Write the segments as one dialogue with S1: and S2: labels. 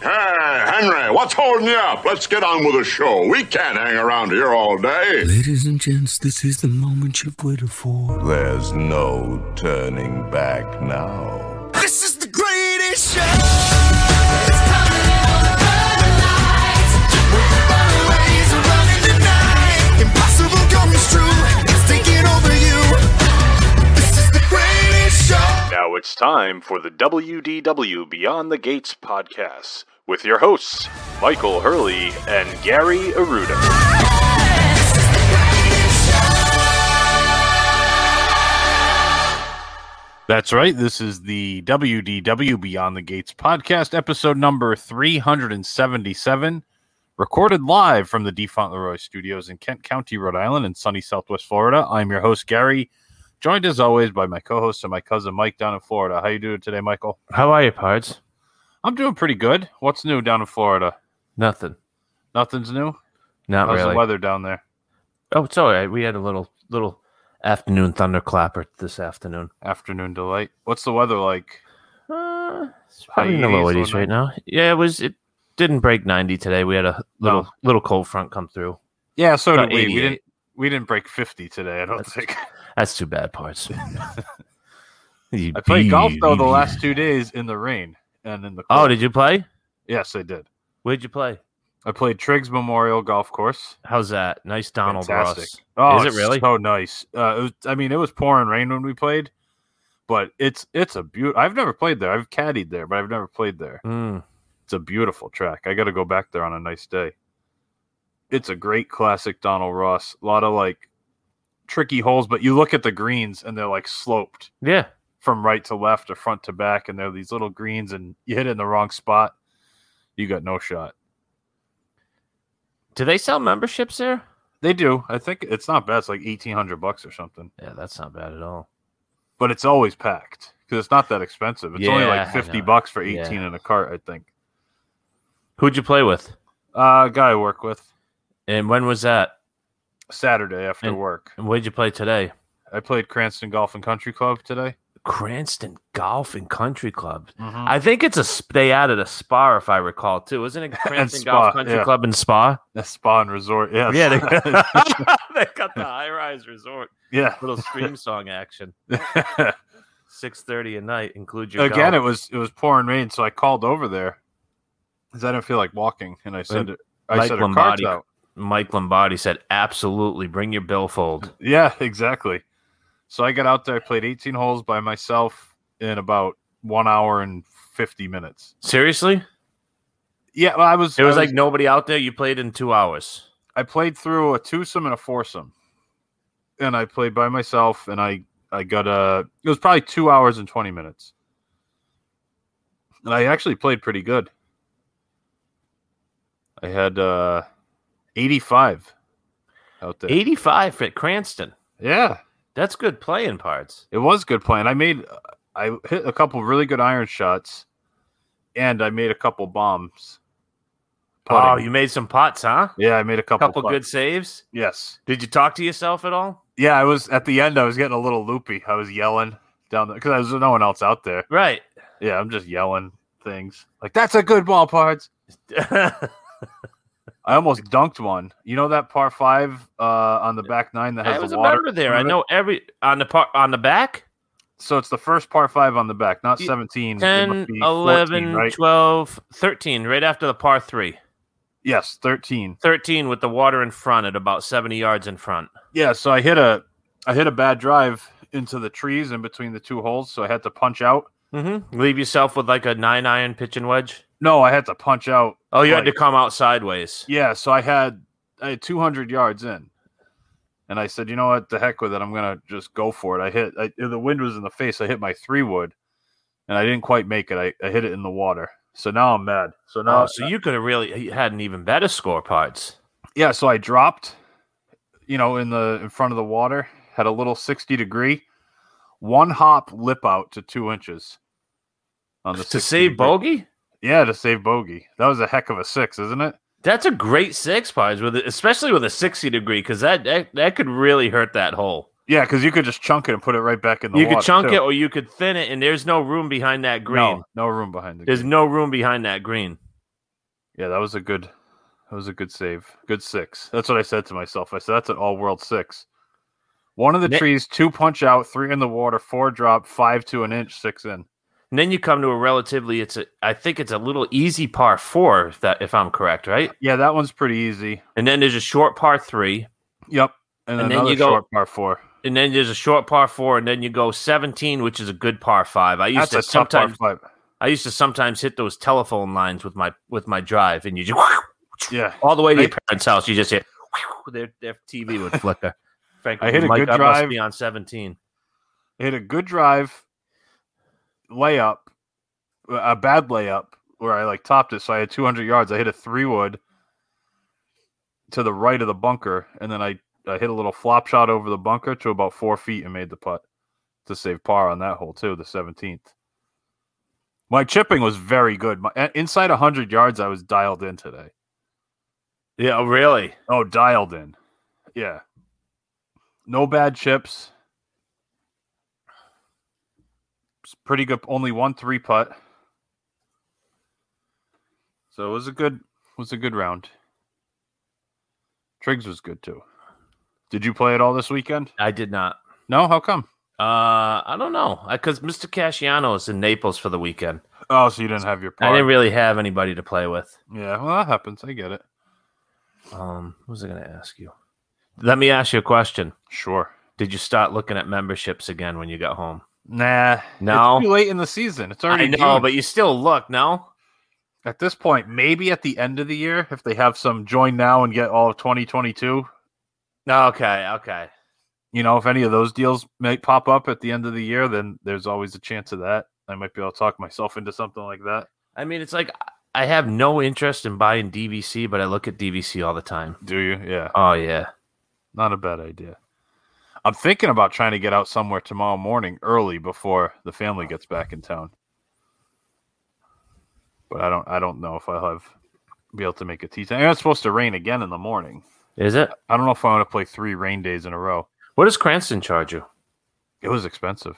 S1: Hey, Henry, what's holding you up? Let's get on with the show. We can't hang around here all day.
S2: Ladies and gents, this is the moment you've waited for.
S3: There's no turning back now.
S2: This is the greatest show!
S4: Now it's time for the WDW Beyond the Gates podcast with your hosts, Michael Hurley and Gary Aruda. That's right. This is the WDW Beyond the Gates podcast, episode number 377, recorded live from the D. Fauntleroy Studios in Kent County, Rhode Island, in sunny Southwest Florida. I'm your host, Gary, joined as always by my co host and my cousin, Mike, down in Florida. How you doing today, Michael?
S5: How are you, Pards?
S4: I'm doing pretty good. What's new down in Florida?
S5: Nothing.
S4: Nothing's new.
S5: Not
S4: How's
S5: really.
S4: the weather down there?
S5: Oh, it's all right. We had a little little afternoon thunderclapper this afternoon.
S4: Afternoon delight. What's the weather like?
S5: Uh, it's probably in the
S4: 80s,
S5: low
S4: wasn't
S5: eighties right now. Yeah, it was. It didn't break ninety today. We had a little little cold front come through.
S4: Yeah, so
S5: About
S4: did we. We
S5: 88.
S4: didn't. We didn't break fifty today. I don't
S5: That's-
S4: think.
S5: That's too bad, Pards. You
S4: I played golf though the
S5: beat-
S4: last two days in the rain and in the.
S5: Oh,
S4: cold.
S5: did you play?
S4: yes, I did.
S5: Where'd you play?
S4: I played Triggs Memorial Golf Course.
S5: How's that? Nice Donald
S4: Fantastic.
S5: Ross.
S4: Oh,
S5: Is it really?
S4: so nice? Uh, it was, I mean, it was pouring rain when we played, but it's it's a beautiful. I've never played there. I've caddied there, but I've never played there.
S5: Mm.
S4: It's a beautiful track. I got to go back there on a nice day. It's a great classic Donald Ross. A lot of like tricky holes, but you look at the greens and they're like sloped
S5: Yeah.
S4: from right to left or front to back, and they're these little greens, and you hit it in the wrong spot, you got no shot.
S5: Do they sell memberships there?
S4: They do. I think it's not bad. It's like eighteen hundred bucks or something,
S5: Yeah, that's not bad at all.
S4: but it's always packed because it's not that expensive. It's only
S5: Yeah,
S4: like
S5: I
S4: fifty
S5: know.
S4: bucks for
S5: Yeah.
S4: eighteen in a cart, I think.
S5: Who'd you play with?
S4: Uh, guy I work with
S5: And when was that?
S4: Saturday after
S5: And-
S4: work.
S5: And where'd you play today?
S4: I played Cranston Golf and Country Club today.
S5: Cranston Golf and Country Club.
S4: Mhm.
S5: I think it's a sp- they added a spa if I recall too. Isn't it Cranston
S4: spa,
S5: Golf Country
S4: yeah.
S5: Club and Spa?
S4: A spa and resort. Yes.
S5: Yeah, they, they got the high rise resort,
S4: yeah.
S5: little stream song action. Six thirty at night, include your
S4: Again, it
S5: golf.
S4: was it was pouring rain, so I called over there because I didn't feel like walking, and I said, "I
S5: Mike
S4: said her cards
S5: Lombardi-
S4: out."
S5: Mike Lombardi said, "Absolutely, bring your billfold."
S4: Yeah, exactly. So I got out there, I played 18 holes by myself in about one hour and 50 minutes.
S5: Seriously,
S4: Yeah, well, I was.
S5: it was
S4: I
S5: like nobody out there. You played in two hours.
S4: I played through a twosome and a foursome, and I played by myself, and I I got a. It was probably two hours and twenty minutes, and I actually played pretty good. I had uh, eighty five out there.
S5: Eighty-five at Cranston.
S4: Yeah,
S5: That's good playing parts.
S4: it was good playing. I made I hit a couple really good iron shots, and I made a couple bombs.
S5: Oh,
S4: putting.
S5: you made some pots, huh?
S4: yeah, I made a
S5: A
S4: couple,
S5: couple
S4: putts.
S5: good saves.
S4: Yes.
S5: Did you talk to yourself at all?
S4: Yeah, I was at the end. I was getting a little loopy. I was yelling down there because there was no one else out there.
S5: Right.
S4: Yeah, I'm just yelling things like that's a good ball, parts.
S5: that
S4: I almost dunked one. You know that par five uh, on the back nine that has
S5: was
S4: the
S5: a
S4: water.
S5: member there. I
S4: through it?
S5: know every on the part on the back.
S4: So it's the first par five on the back, not
S5: Y-
S4: 17. it
S5: 10,
S4: must be
S5: 11,
S4: 14, right?
S5: 12, 13, right after the par 3.
S4: Yes, 13.
S5: 13 with the water in front at about 70 yards in front.
S4: Yeah, so I hit a, I hit a bad drive into the trees in between the two holes, so I had to punch out.
S5: Mm-hmm. Leave yourself with like a 9 iron pitching wedge.
S4: No, I had to punch out
S5: Oh, you had
S4: Like-
S5: to come out sideways.
S4: Yeah, so I had I had 200 yards in, and I said, you know what, the heck with it. I'm gonna just go for it. I hit I, the wind was in the face. I hit my three wood, and I didn't quite make it. I, I hit it in the water. So now I'm mad. So now,
S5: Oh, so you could have really had an even better score, Pards.
S4: yeah. So I dropped, you know, in the in front of the water. had a little 60 degree, one hop lip out to two inches. On the
S5: to
S4: 60
S5: save
S4: degree.
S5: bogey.
S4: Yeah, to save bogey. That was a heck of a six, isn't it?
S5: That's a great six pies with, it, especially with a sixty degree, because that, that that could really hurt that hole.
S4: Yeah, because you could just chunk it and put it right back in the
S5: You could
S4: water,
S5: chunk
S4: too.
S5: it, or you could thin it, and there's no room behind that green.
S4: No, no room behind the
S5: There's
S4: green.
S5: no room behind that green.
S4: Yeah, that was a good that was a good save. Good six. That's what I said to myself. I said that's an all world six. One of the
S5: Nick-
S4: trees, two punch out, three in the water, four drop, five to an inch, six in.
S5: And then you come to a relatively, it's a, I think it's a little easy par four, if that if I'm correct, right?
S4: Yeah, that one's pretty easy.
S5: And then there's a short par three,
S4: Yep. And,
S5: And then
S4: another
S5: you go-
S4: short par four.
S5: and then there's a short par four, and then you go 17, which is a good par five. I used
S4: That's a
S5: to
S4: tough par
S5: sometimes,
S4: five.
S5: I used to sometimes hit those telephone lines with my with my drive, and you just
S4: Yeah.
S5: all the way to your
S4: Right.
S5: parents' house. You just hit their their TV would flicker. Frank,
S4: I hit a
S5: Mike,
S4: good
S5: I
S4: drive.
S5: Must be on 17.
S4: hit a good drive, layup, a bad layup where I like topped it. So I had 200 yards. I hit a three wood to the right of the bunker, and then I, I hit a little flop shot over the bunker to about four feet and made the putt to save par on that hole too, the 17th. My chipping was very good. My, a- inside 100 yards, I was dialed in today.
S5: Yeah, oh, really.
S4: Oh, dialed in. Yeah. No bad chips. It's pretty good. Only one three putt. So it was a good was a good round. Triggs was good too. Did you play at all this weekend?
S5: I did not.
S4: No, how come?
S5: Uh, I don't know, because Mr. Casciano is in Naples for the weekend.
S4: Oh, so you didn't have your
S5: I
S4: part.
S5: didn't really have anybody to play with.
S4: yeah, well that happens. I get it.
S5: Um, what was I going to ask you? Let me ask you a question.
S4: Sure.
S5: Did you start looking at memberships again when you got home?
S4: Nah.
S5: No.
S4: It's too late in the season. It's already
S5: I know,
S4: June.
S5: but you still look. No,
S4: at this point, maybe at the end of the year, if they have some join now and get all of 2022,
S5: no. Okay, okay.
S4: you know, if any of those deals may pop up at the end of the year, then there's always a chance of that. I might be able to talk myself into something like that.
S5: I mean, it's like I have no interest in buying DVC, but I look at DVC all the time.
S4: Do you? Yeah,
S5: Oh yeah,
S4: not a bad idea. I'm thinking about trying to get out somewhere tomorrow morning early before the family gets back in town. But I don't I don't know if I'll have be able to make a tea time. And It's supposed to rain again in the morning.
S5: is it?
S4: I don't know if I want to play three rain days in a row.
S5: What does Cranston charge you?
S4: It was expensive.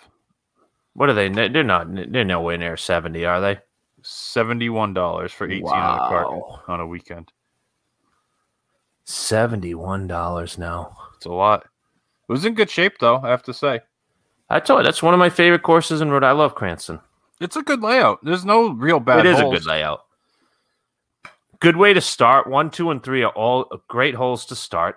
S5: What are they? They're not. They're nowhere near seventy, are they?
S4: Seventy-one dollars for eighteen on the
S5: Wow.
S4: cart on a weekend.
S5: Seventy-one dollars now.
S4: It's a lot. It was in good shape though, I have to say.
S5: I told you that's one of my favorite courses in Rhode. I love Cranston.
S4: It's a good layout. There's no real bad.
S5: It is
S4: holes.
S5: a good layout. Good way to start. One, two, and three are all great holes to start.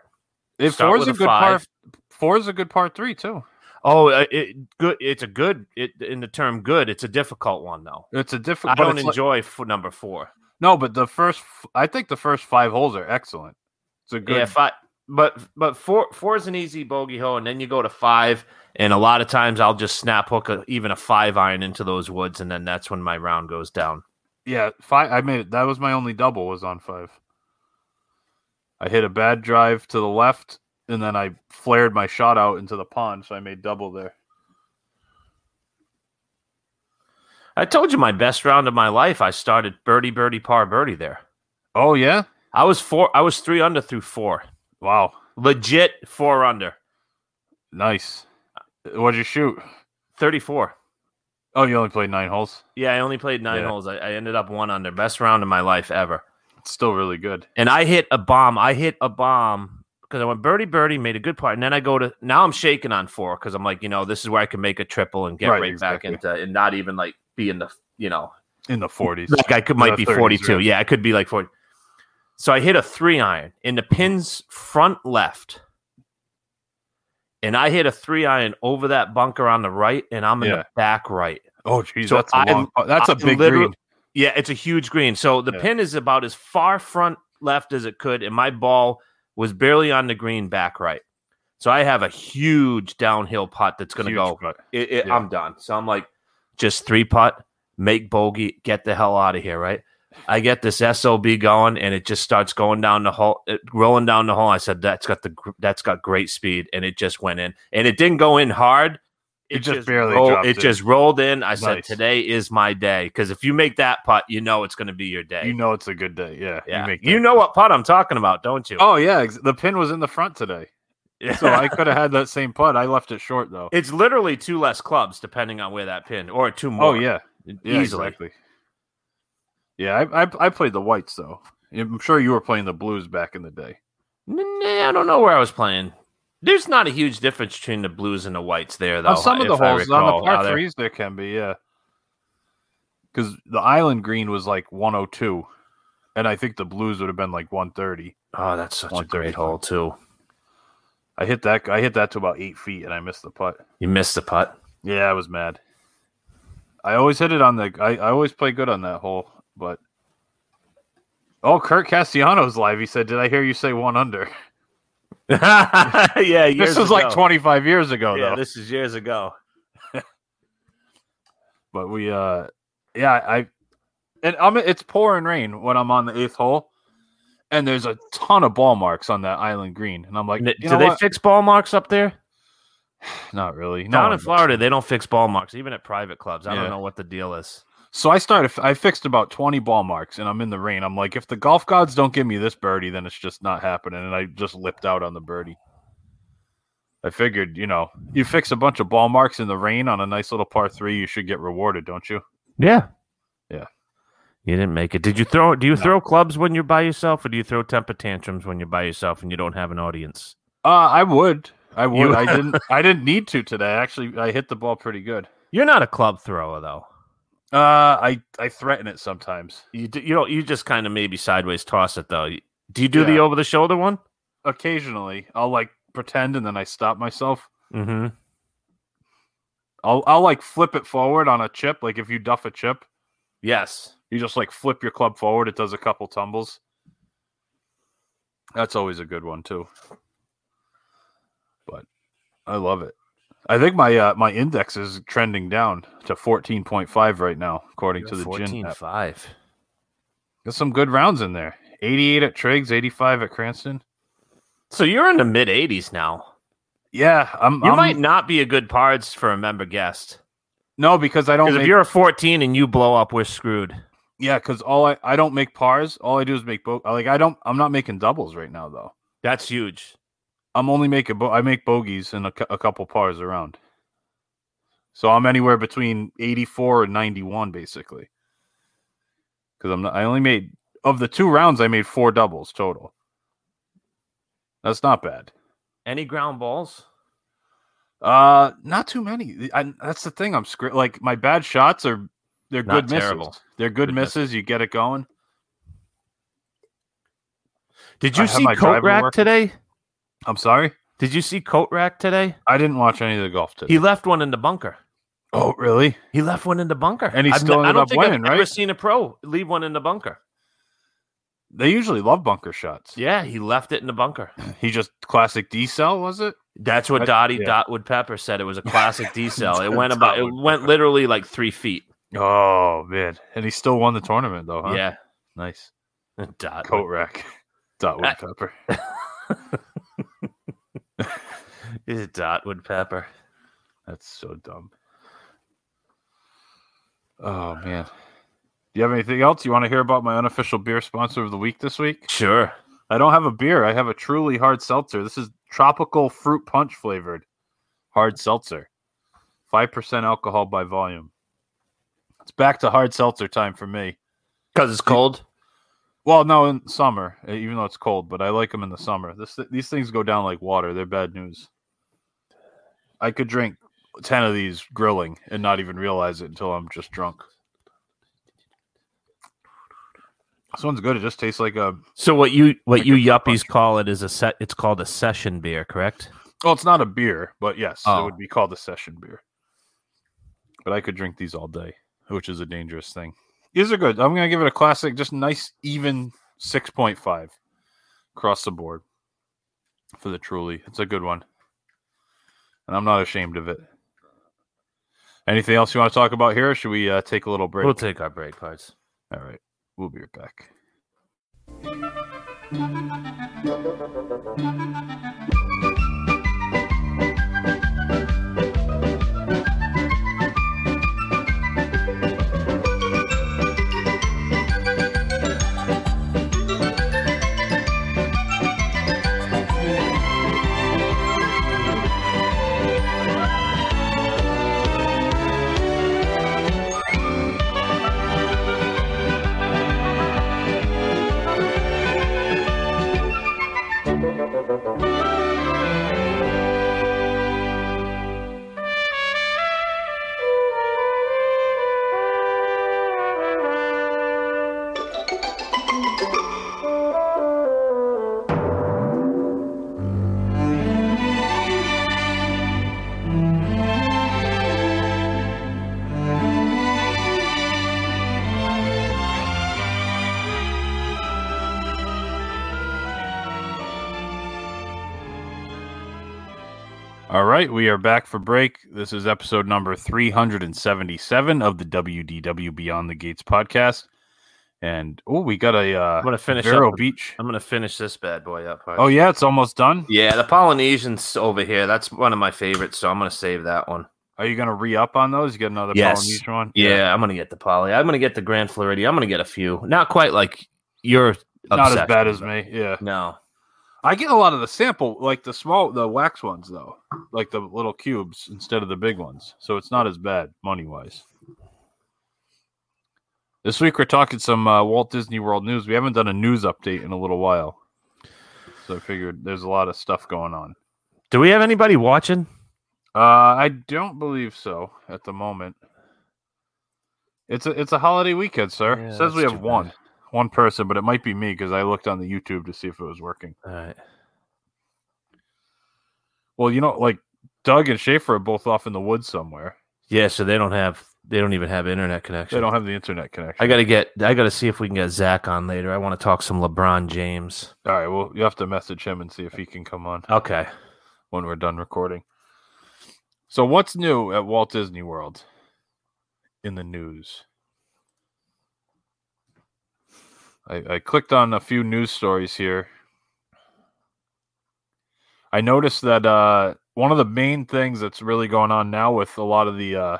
S4: It
S5: Start
S4: four is
S5: with
S4: a
S5: a
S4: good par.
S5: five.
S4: Four is a good par three too.
S5: Oh, uh, it, good. It's a good. It, in the term good, it's a difficult one though.
S4: It's a
S5: I
S4: difficult.
S5: don't enjoy f- number four.
S4: no, but the first. f- I think the first five holes are excellent. It's a good.
S5: Yeah, five. But but four four is an easy bogey hole, and then you go to five, and a lot of times I'll just snap hook a, even a five iron into those woods, and then that's when my round goes down.
S4: yeah, five. I made it. That was my only double. Was on five. I hit a bad drive to the left, and then I flared my shot out into the pond, so I made double there.
S5: I told you my best round of my life. I started birdie birdie par birdie there.
S4: Oh yeah!
S5: I was four. I was three under through four.
S4: Wow,
S5: Legit four under.
S4: nice. What'd you shoot?
S5: Thirty four.
S4: Oh, you only played nine holes.
S5: Yeah, I only played nine
S4: Yeah.
S5: holes. I, I ended up one under. Best round of my life ever.
S4: It's still really good.
S5: and I hit a bomb. I hit a bomb because I went birdie birdie, made a good part, and then I go to now I'm shaking on four because I'm like, you know, this is where I can make a triple and get
S4: Right,
S5: right,
S4: exactly.
S5: back into and not even like be in the you know
S4: In the forties.
S5: like I could
S4: the
S5: might be
S4: 30s,
S5: 42.
S4: right?
S5: Yeah, I could be like 40. So I hit a three iron in the pin's front left. And I hit a three iron over that bunker on the right, and I'm in
S4: Yeah.
S5: the back right.
S4: Oh, geez,
S5: So
S4: that's a
S5: I-
S4: long. oh, that's a
S5: I
S4: big
S5: literally-
S4: green.
S5: Yeah, it's a huge green. So the
S4: Yeah.
S5: pin is about as far front left as it could, and my ball was barely on the green back right. So I have a huge downhill putt that's going to
S4: Huge
S5: go.
S4: putt.
S5: It, it,
S4: Yeah.
S5: I'm done. So I'm like, just three putt, make bogey, get the hell out of here, right? I get this SOB going and it just starts going down the hole, it- rolling down the hole. I said, that's got the, gr- that's got great speed. And it just went in and it didn't go in hard.
S4: It just barely
S5: rolled-
S4: dropped
S5: it
S4: in.
S5: just rolled in. I said,
S4: Nice.
S5: today is my day. Cause if you make that putt, you know, it's going to be your day.
S4: You know it's a good day. Yeah.
S5: yeah. you,
S4: make that-
S5: know what putt I'm talking about, don't you?
S4: Oh yeah, ex- the pin was in the front today, so I could have had that same putt. I left it short though.
S5: It's literally two less clubs depending on where that pin or two more. e-,
S4: Oh yeah, yeah,
S5: easily.
S4: exactly. Yeah, I, I I played the whites though. I'm sure you were playing the blues back in the day.
S5: Nah, I don't know where I was playing. There's not a huge difference between the blues and the whites there, though.
S4: on Oh, some of the
S5: if I
S4: holes on the
S5: recall. Oh, Are
S4: par
S5: there-
S4: threes, there can be yeah. Because the island green was like 102, and I think the blues would have been like 130.
S5: Oh, that's such a
S4: 135.
S5: great hole too.
S4: I hit that. I hit that to about eight feet, and I missed the putt.
S5: You missed the putt.
S4: Yeah, I was mad. I always hit it on the. I, I always play good on that hole, but. Oh, Kurt Castellanos live. He said, "Did I hear you say one under?"
S5: yeah, years
S4: This was
S5: ago.
S4: like 25 years ago,
S5: Yeah,
S4: though.
S5: this is years ago.
S4: but we, uh yeah, I, and I'm. It's pouring rain when I'm on the eighth hole, and there's a ton of ball marks on that island green, and I'm like,
S5: N- Do
S4: you know
S5: they
S4: what?
S5: fix ball marks up there?
S4: Not really. No,
S5: Down
S4: one
S5: in
S4: does.
S5: Florida, they don't fix ball marks, even at private clubs. I
S4: Yeah.
S5: don't know what the deal is.
S4: So I started. I fixed about twenty ball marks, and I'm in the rain. I'm like, if the golf gods don't give me this birdie, then it's just not happening. And I just lipped out on the birdie. I figured, you know, you fix a bunch of ball marks in the rain on a nice little par three, you should get rewarded, don't you?
S5: Yeah.
S4: Yeah.
S5: You didn't make it. Did you throw do you throw clubs when you're by yourself or do you throw temper tantrums when you're by yourself and you don't have an audience?
S4: Uh, I would. I would.
S5: You-
S4: I didn't. I didn't need to today. Actually, I hit the ball pretty good.
S5: You're not a club thrower though.
S4: Uh, I I threaten it sometimes,
S5: You d you don't you just kind of maybe sideways toss it though. You- Do you do the
S4: Yeah.
S5: over the shoulder one?
S4: occasionally. I'll like pretend, and then I stop myself.
S5: Mm-hmm.
S4: I'll I'll like flip it forward on a chip. Like if you duff a chip,
S5: Yes.
S4: You just like flip your club forward. It does a couple tumbles. That's always a good one too. But I love it. I think my uh, my index is trending down to fourteen point five right now, according to the gin. app.
S5: 5.
S4: There's some good rounds in there. Eighty eight at Triggs, eighty five at Cranston.
S5: So you're in the mid 80s now.
S4: Yeah, I'm.
S5: You
S4: I'm-
S5: might not be a good pards for a member guest.
S4: no because I don't.
S5: Because if
S4: Make,
S5: you're a 14 and you blow up, we're screwed.
S4: yeah, because all I I don't make pars. All I do is make bo. Like I don't. I'm not making doubles right now though.
S5: That's huge.
S4: I'm only making bo- I make bogeys and a, cou- a couple pars around. So I'm anywhere between 84 and 91 basically. Cuz I'm not, I only made of the two rounds I made four doubles total. That's not bad.
S5: Any ground balls?
S4: Uh not too many. I, that's the thing I'm scr- like my bad shots are they're
S5: Not
S4: good misses.
S5: terrible.
S4: They're good,
S5: Good misses.
S4: misses. You get it going.
S5: Did
S4: I
S5: you
S4: have
S5: see
S4: my
S5: coat
S4: driver
S5: rack
S4: working.
S5: today?
S4: I'm sorry.
S5: Did you see coat rack today?
S4: I didn't watch any of the golf today.
S5: He left one in the bunker.
S4: oh, really?
S5: He left one in the bunker,
S4: And he
S5: I've
S4: still
S5: ne- I
S4: ended
S5: don't
S4: up
S5: think I've
S4: winning,
S5: ever
S4: right?
S5: seen a pro leave one in the bunker.
S4: They usually love bunker shots.
S5: Yeah, he left it in the bunker.
S4: He just classic D cell, was it?
S5: That's what
S4: I-
S5: Dottie
S4: yeah.
S5: Dotwood Pepper said. It was a classic D cell. It went
S4: Dotwood
S5: about. It
S4: Pepper.
S5: went literally like three feet.
S4: Oh man, and he still won the tournament though. Huh?
S5: Yeah,
S4: nice
S5: Dot.
S4: coat rack. Dotwood Pepper.
S5: Is it Dotwood Pepper?
S4: That's so dumb. Oh man, do you have anything else you want to hear about? My unofficial beer sponsor of the week this week.
S5: Sure.
S4: I don't have a beer. I have a truly hard seltzer. This is tropical fruit punch flavored hard seltzer, five percent alcohol by volume. It's back to hard seltzer time for me.
S5: Because it's cold.
S4: Well, no, in summer, uh, even though it's cold, but I like them in the summer. This these things go down like water. They're bad news. I could drink ten of these grilling and not even realize it until I'm just drunk. This one's good. It just tastes like um, a.
S5: So what you what
S4: Like
S5: you
S4: a fruit
S5: yuppies
S4: punch.
S5: call it is a set. It's called a session beer, correct?
S4: Well, it's not a beer, but yes, it
S5: Oh.
S4: would be called a session beer. But I could drink these all day, which is a dangerous thing. These are good. I'm gonna give it a classic, just nice, even six point five across the board for the truly. It's a good one, and I'm not ashamed of it. Anything else you want to talk about here? Or should we uh, take a little break?
S5: We'll take our break parts.
S4: all right. We'll be right back. All right, we are back for break. This is episode number 377 of the WDW Beyond the Gates podcast. And oh, we got a uh
S5: I'm gonna finish
S4: Vero
S5: up.
S4: Beach.
S5: I'm gonna finish this bad boy up.
S4: Oh yeah, it's almost done.
S5: yeah. The Polynesians over here. That's one of my favorites, so I'm gonna save that one.
S4: Are you gonna re up on those? You got another
S5: Yes.
S4: Polynesian one?
S5: Yeah, I'm gonna get the Poly. I'm gonna get the Grand Floridian. I'm gonna get a few. Not quite like your.
S4: Not as
S5: obsession,
S4: bad as
S5: but-
S4: me. Yeah.
S5: No.
S4: I get a lot of the sample, like the small, the wax ones, though, like the little cubes instead of the big ones. So it's not as bad money wise. This week we're talking some uh, Walt Disney World news. We haven't done a news update in a little while. So I figured there's a lot of stuff going on.
S5: Do we have anybody watching?
S4: Uh, I don't believe so at the moment. It's a it's a holiday weekend, sir.
S5: Yeah,
S4: It Says we
S5: that's
S4: have
S5: too bad.
S4: one one person, but it might be me because I looked on the YouTube to see if it was working.
S5: All right.
S4: Well, you know, like Doug and Schaefer are both off in the woods somewhere.
S5: Yeah, so they don't have. They don't even have internet connection.
S4: They don't have the internet connection.
S5: I gotta get. I gotta see if we can get Zach on later. I want to talk some LeBron James.
S4: All right, well, you have to message him and see if he can come on
S5: Okay.
S4: when we're done recording. So, what's new at Walt Disney World in the news? I, I clicked on a few news stories here. I noticed that uh, one of the main things that's really going on now with a lot of the uh,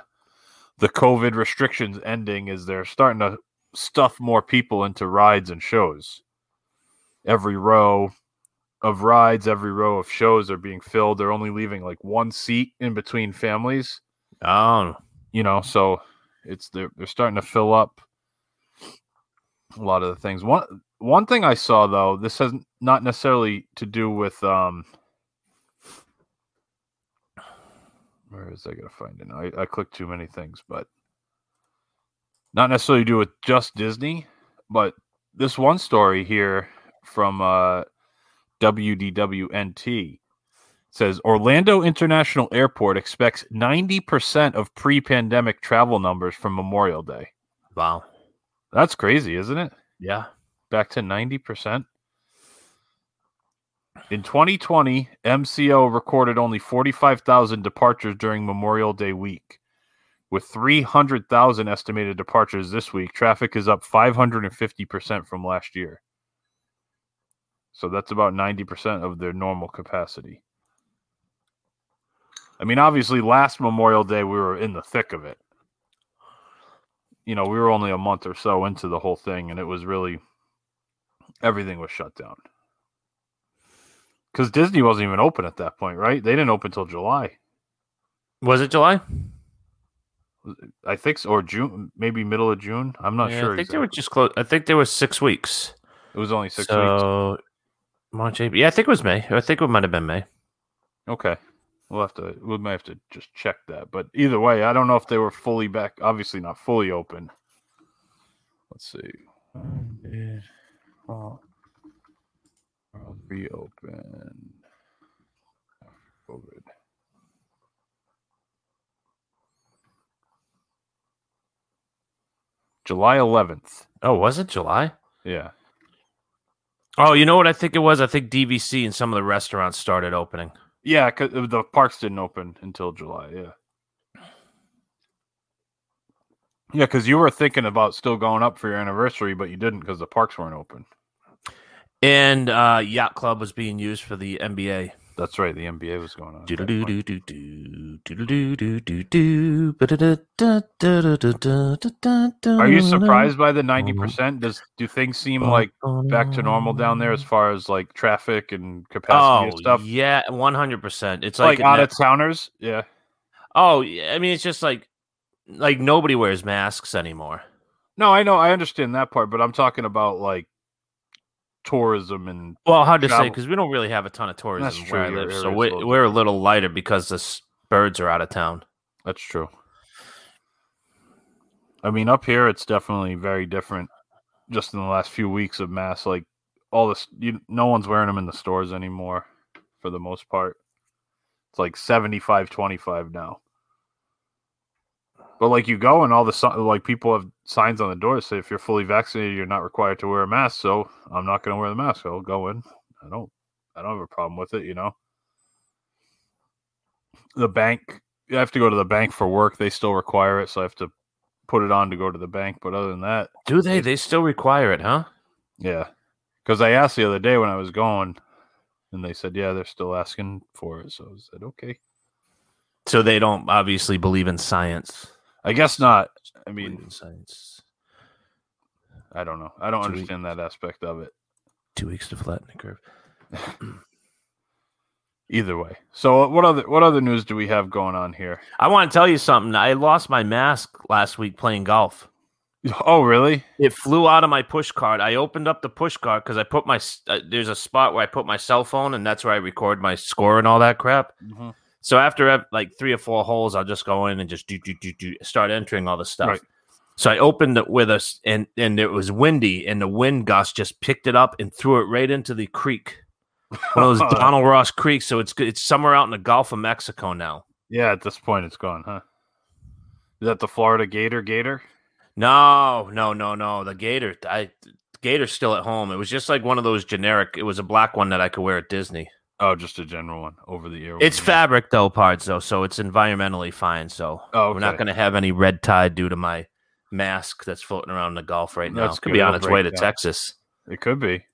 S4: the COVID restrictions ending is they're starting to stuff more people into rides and shows. Every row of rides, every row of shows are being filled. They're only leaving like one seat in between families,
S5: Oh,
S4: you know, so it's they're, they're starting to fill up a lot of the things. One one thing I saw though, this has not necessarily to do with um where is I gotta find it now. I, I clicked too many things, but not necessarily to do with just Disney, but this one story here from uh WDWNT says Orlando International Airport expects 90% of pre-pandemic travel numbers from Memorial Day.
S5: wow.
S4: That's crazy, isn't it?
S5: Yeah.
S4: back to 90%. In 2020, MCO recorded only 45,000 departures during Memorial Day week. With 300,000 estimated departures this week, traffic is up 550% from last year. So that's about 90% of their normal capacity. I mean, obviously, last Memorial Day, we were in the thick of it. You know, we were only a month or so into the whole thing, and it was really everything was shut down because Disney wasn't even open at that point, right? They didn't open till July,
S5: Was it July?
S4: I think, so, or June, maybe middle of June. I'm not
S5: Yeah,
S4: sure.
S5: I think they were
S4: exactly.
S5: just close. I think they were six weeks.
S4: It was only six weeks.
S5: so March, April. Yeah, I think it was May. I think it might have been May.
S4: Okay, we'll have to we might have to just check that. But either way, I don't know if they were fully back. Obviously, not fully open. Let's see. Yeah. Well, I'll reopen. after COVID. July 11th.
S5: Oh, was it July?
S4: Yeah.
S5: Oh, you know what I think it was? I think DVC and some of the restaurants started opening.
S4: Yeah, cause uh, the parks didn't open until July. Yeah. Yeah, because you were thinking about still going up for your anniversary, but you didn't because the parks weren't open.
S5: And uh, Yacht Club was being used for the NBA.
S4: That's right. The NBA was going on. at that point. Are
S5: Are
S4: you surprised by the ninety percent? Does do things seem like back to normal down there as far as like traffic and capacity
S5: Oh
S4: and stuff?
S5: yeah, one hundred percent. It's
S4: like
S5: like,
S4: out
S5: ne-
S4: of towners, yeah.
S5: oh, yeah, I mean, it's just like like nobody wears masks anymore.
S4: No, I know, I understand that part, but I'm talking about like tourism and
S5: Well, hard to say
S4: Travel.
S5: because we don't really have a ton of tourism
S4: That's
S5: where I
S4: true, your
S5: live, so
S4: area's
S5: we,
S4: low.
S5: we're a little lighter because the s- birds are out of town.
S4: that's true. I mean, up here it's definitely very different. Just in the last few weeks of mass, like all this, you, no one's wearing them in the stores anymore, for the most part. It's like 75 25 now. But like you go and all the si- like people have signs on the door that say if you're fully vaccinated, you're not required to wear a mask. So I'm not going to wear the mask. I'll go in. I don't. I don't have a problem with it. You know. The bank. I have to go to the bank for work. They still require it, so I have to put it on to go to the bank. But other than that,
S5: Do they? They still require it, huh?
S4: yeah. Because I asked the other day when I was going, and they said, yeah, they're still asking for it. So I said, okay.
S5: So they don't obviously believe in science.
S4: I guess not. I
S5: Believe
S4: mean,
S5: in science.
S4: I don't know. I don't
S5: Two weeks.
S4: understand that aspect of it.
S5: Two weeks to flatten the curve.
S4: Either way. So uh, what other what other news do we have going on here?
S5: I want to tell you something. I lost my mask last week playing golf.
S4: Oh, really?
S5: It flew out of my push cart. I opened up the push cart because I put my s- uh, there's a spot where I put my cell phone and that's where I record my score and all that crap.
S4: Mhm.
S5: So after ev- like three or four holes, I'll just go in and just do do do do start entering all the stuff.
S4: Right.
S5: So I opened it with us and and it was windy and the wind gust just picked it up and threw it right into the creek. One of those Donald Ross creeks. So it's g- it's somewhere out in the Gulf of Mexico now.
S4: Yeah. At this point, it's gone, huh? Is that the Florida Gator Gator?
S5: No, no, no, no. The gator, I gator's still at home. It was just like one of those generic. It was a black one that I could wear at Disney.
S4: Oh, just a general one over the ear.
S5: It's
S4: one.
S5: fabric though, parts though, so it's environmentally fine. So
S4: Oh,
S5: we're not
S4: okay.
S5: going to have any red tie due to my mask that's floating around in the Gulf right now.
S4: That's
S5: It could
S4: good.
S5: be on
S4: It'll
S5: its way
S4: break
S5: to
S4: down.
S5: Texas.
S4: It could be.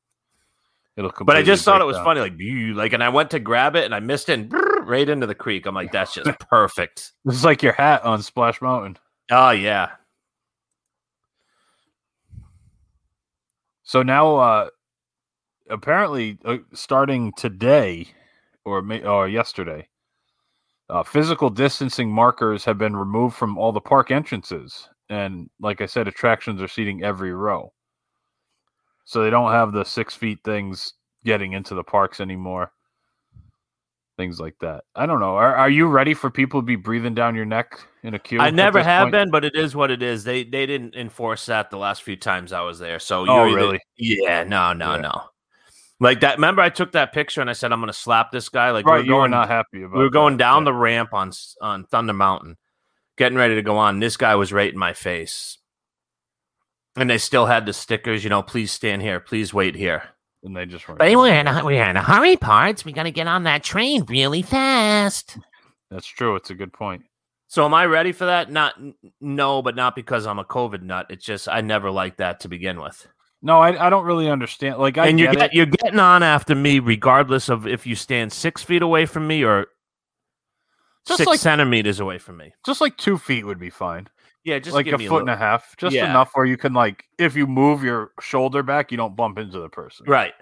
S4: It'll.
S5: But I just
S4: completely
S5: thought
S4: break
S5: it was
S4: down.
S5: funny, like "Boo," like, and I went to grab it and I missed it and brrr, right into the creek. I'm like, that's just perfect.
S4: This is like your hat on Splash Mountain.
S5: Oh yeah,
S4: So now, uh, apparently, uh, starting today or may- or yesterday, uh, physical distancing markers have been removed from all the park entrances, and like I said, attractions are seating every row, so they don't have the six feet things getting into the parks anymore. Things like that. I don't know. Are, are you ready for people to be breathing down your neck in a queue?
S5: I
S4: at
S5: never
S4: this
S5: have
S4: point?
S5: been, but it is what it is. They they didn't enforce that the last few times I was there. So you
S4: Oh,
S5: either-
S4: really?
S5: Yeah, no, no,
S4: Yeah.
S5: no. Like that. Remember, I took that picture and I said I'm going to slap this guy. Like
S4: Right,
S5: we
S4: you
S5: were
S4: were
S5: going,
S4: not happy about.
S5: we were going
S4: that.
S5: down
S4: Yeah.
S5: the ramp on s- on Thunder Mountain, getting ready to go on. This guy was right in my face, and they still had the stickers. You know, please stand here, please wait here.
S4: and they just weren't.
S6: But we're in a, we're in a hurry, parts. We gotta get on that train really fast.
S4: That's true. It's a good point.
S5: So am I ready for that? Not n- no, but not because I'm a COVID nut. It's just I never liked that to begin with.
S4: No, I, I don't really understand. Like I
S5: and you're
S4: get
S5: get,
S4: it.
S5: you're getting on after me, regardless of if you stand six feet away from me or
S4: Just
S5: six
S4: like-
S5: centimeters away from me.
S4: just like two feet would be fine.
S5: Yeah, just
S4: like
S5: give
S4: a
S5: me
S4: foot
S5: a little,
S4: and a half, just
S5: Yeah.
S4: enough where you can like, if you move your shoulder back, you don't bump into the person.
S5: right.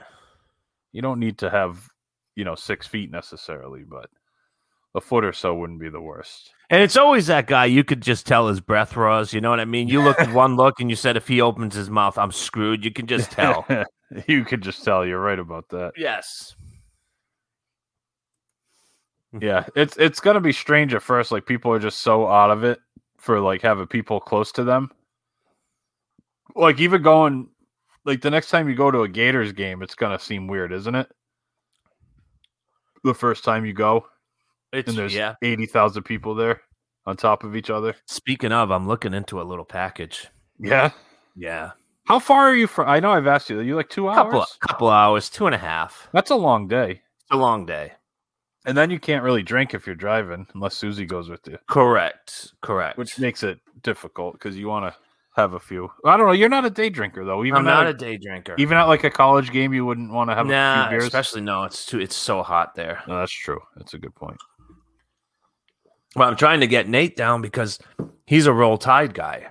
S4: You don't need to have, you know, six feet necessarily, but a foot or so wouldn't be the worst.
S5: And it's always that guy you could just tell his breath was. You know what I mean? You looked one look and you said, if he opens his mouth, I'm screwed. You can just tell.
S4: you could just tell. You're right about that.
S5: yes.
S4: Yeah, it's it's gonna be strange at first. Like people are just so out of it for like having people close to them. Like even going, like the next time you go to a Gators game, it's gonna seem weird, isn't it? The first time you go,
S5: It's
S4: and there's
S5: yeah.
S4: eighty thousand people there on top of each other.
S5: Speaking of, I'm looking into a little package.
S4: Yeah.
S5: Yeah.
S4: How far are you from? I know I've asked you. Are you like two hours?
S5: Couple couple hours, two and a half.
S4: That's a long day.
S5: It's a long day.
S4: And then you can't really drink if you're driving unless Susie goes with you,
S5: Correct. Correct.
S4: which makes it difficult because you want to have a few. I don't know. You're not a day drinker though. Even
S5: I'm not
S4: at
S5: a day drinker.
S4: even at like a college game, you wouldn't want to have a
S5: nah,
S4: few beers.
S5: especially no. It's too. It's so hot there.
S4: No, that's true. That's a good point.
S5: Well, I'm trying to get Nate down because he's a roll tide guy.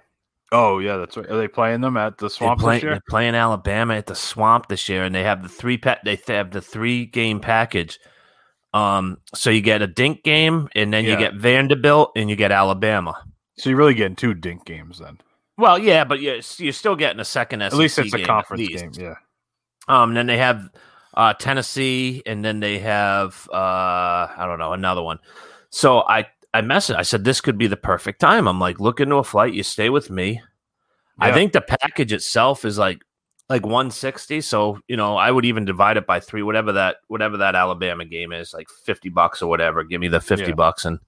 S4: Oh yeah, that's right. Are they playing them at the
S5: They're
S4: swamp
S5: playing,
S4: this year?
S5: they're playing Alabama at the Swamp this year, and they have the three pa- They th- have the three game package. Um, so you get a Dink game, and then you
S4: Yeah.
S5: get Vanderbilt, and you get Alabama.
S4: So you're really getting two dink games then.
S5: Well, yeah, but you're, you're still getting a second SEC
S4: At least it's a
S5: game, at
S4: conference
S5: least.
S4: game. Yeah.
S5: Um, then they have uh, Tennessee, and then they have uh, I don't know another one. So I I messaged. I said this could be the perfect time. I'm like, look into a flight. You stay with me. I
S4: Yeah.
S5: think the package itself is like like 160. So you know, I would even divide it by three, whatever that whatever that Alabama game is, like 50 bucks or whatever. Give me the 50
S4: Yeah.
S5: bucks and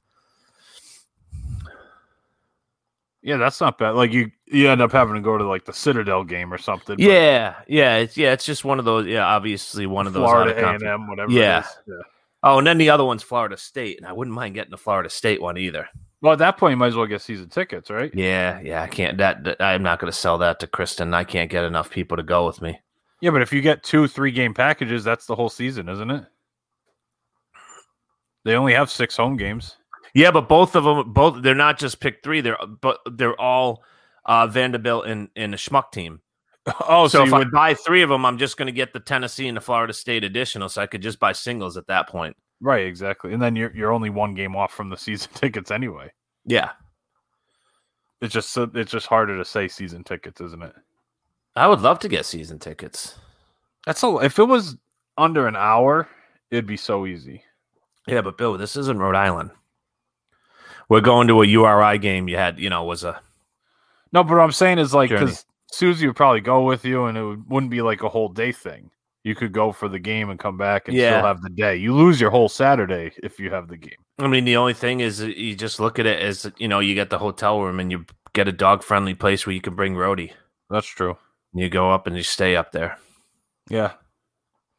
S4: Yeah, that's not bad. Like you, you end up having to go to like the Citadel game or something. but
S5: yeah, yeah, it's yeah, it's just one of those. Yeah, obviously one of those. out
S4: Florida
S5: of
S4: A
S5: conference-
S4: and M, whatever.
S5: Yeah.
S4: It is. yeah.
S5: Oh, and then the other one's Florida State, and I wouldn't mind getting a Florida State one either.
S4: Well, at that point, you might as well get season tickets, right?
S5: Yeah, yeah, I can't. That, that- I'm not going to sell that to Kristen. I can't get enough people to go with me.
S4: Yeah, but if you get two three game packages, that's the whole season, isn't it? They only have six home games.
S5: Yeah, but both of them, both they're not just pick three. They're but they're all uh, Vanderbilt and and a schmuck team.
S4: Oh,
S5: So,
S4: so,
S5: if
S4: you would
S5: I buy three of them, I'm just going to get the Tennessee and the Florida State additional. So I could just buy singles at that point.
S4: right exactly, and then you're you're only one game off from the season tickets anyway.
S5: Yeah,
S4: It's just so- it's just harder to say season tickets, isn't it?
S5: I would love to get season tickets.
S4: That's a if it was under an hour, it'd be so easy.
S5: Yeah, but Bill, this isn't Rhode Island. We're going to a URI game. You had, you know, was a
S4: No, but what I'm saying is like
S5: Journey.
S4: because Susie would probably go with you, and it would, wouldn't be like a whole day thing. You could go for the game and come back and
S5: Yeah.
S4: still have the day. You lose your whole Saturday if you have the game.
S5: I mean, the only thing is that you just look at it as you know, you get the hotel room and you get a dog friendly place where you can bring Rhodey.
S4: That's true.
S5: You go up and you stay up there.
S4: Yeah.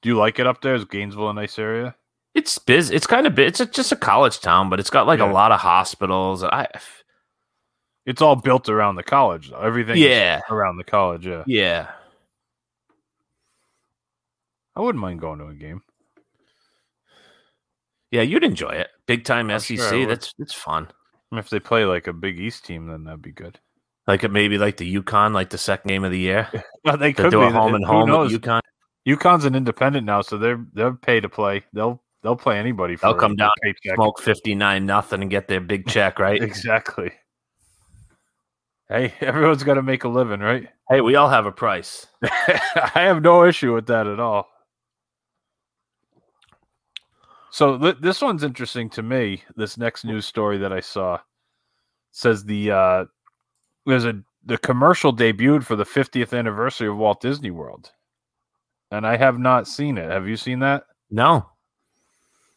S4: Do you like it up there? Is Gainesville a nice area?
S5: It's biz. It's kind of bi- it's a, just a college town, but it's got like
S4: Yeah.
S5: a lot of hospitals. I
S4: It's all built around the college. Though. Everything is
S5: yeah
S4: around the college. Yeah.
S5: yeah.
S4: I wouldn't mind going to a game.
S5: Yeah, you'd enjoy it. Big time
S4: I'm
S5: SEC.
S4: sure I would.
S5: That's it's fun.
S4: I mean, if they play like a Big East team, then that'd be good.
S5: Like it maybe like the Yukon, like the second game of the year.
S4: Well, they
S5: To
S4: could
S5: do
S4: be.
S5: a home
S4: Who
S5: and home
S4: knows?
S5: with UConn.
S4: UConn's an independent now, so they're they're pay to play. They'll they'll play anybody. For
S5: They'll come
S4: a
S5: down
S4: paycheck.
S5: Smoke fifty nine nothing and get their big check, right?
S4: Exactly. Hey, everyone's got to make a living, right?
S5: hey, we all have a price.
S4: I have no issue with that at all. So th- this one's interesting to me. This next news story that I saw says the uh, there's a the commercial debuted for the 50th anniversary of Walt Disney World, and I have not seen it. Have you seen that?
S5: No.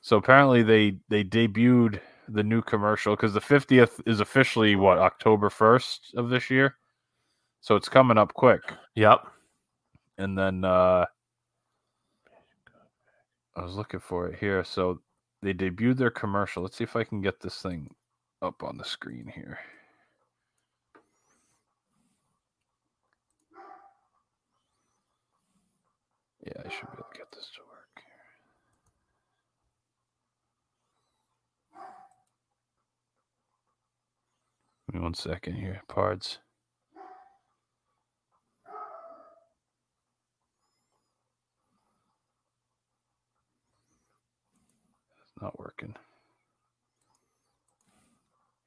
S4: So apparently they they debuted the new commercial because the 50th is officially what October 1st of this year, so it's coming up quick.
S5: Yep.
S4: And then uh, I was looking for it here. So they debuted their commercial. Let's see if I can get this thing up on the screen here. Yeah, I should be able to get this to work. Give me one second here, Pards. It's not working.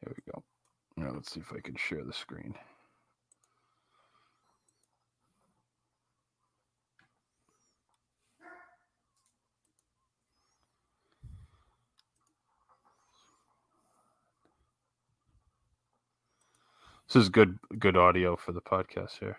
S4: Here we go. Now let's see if I can share the screen. This is good good audio for the podcast here.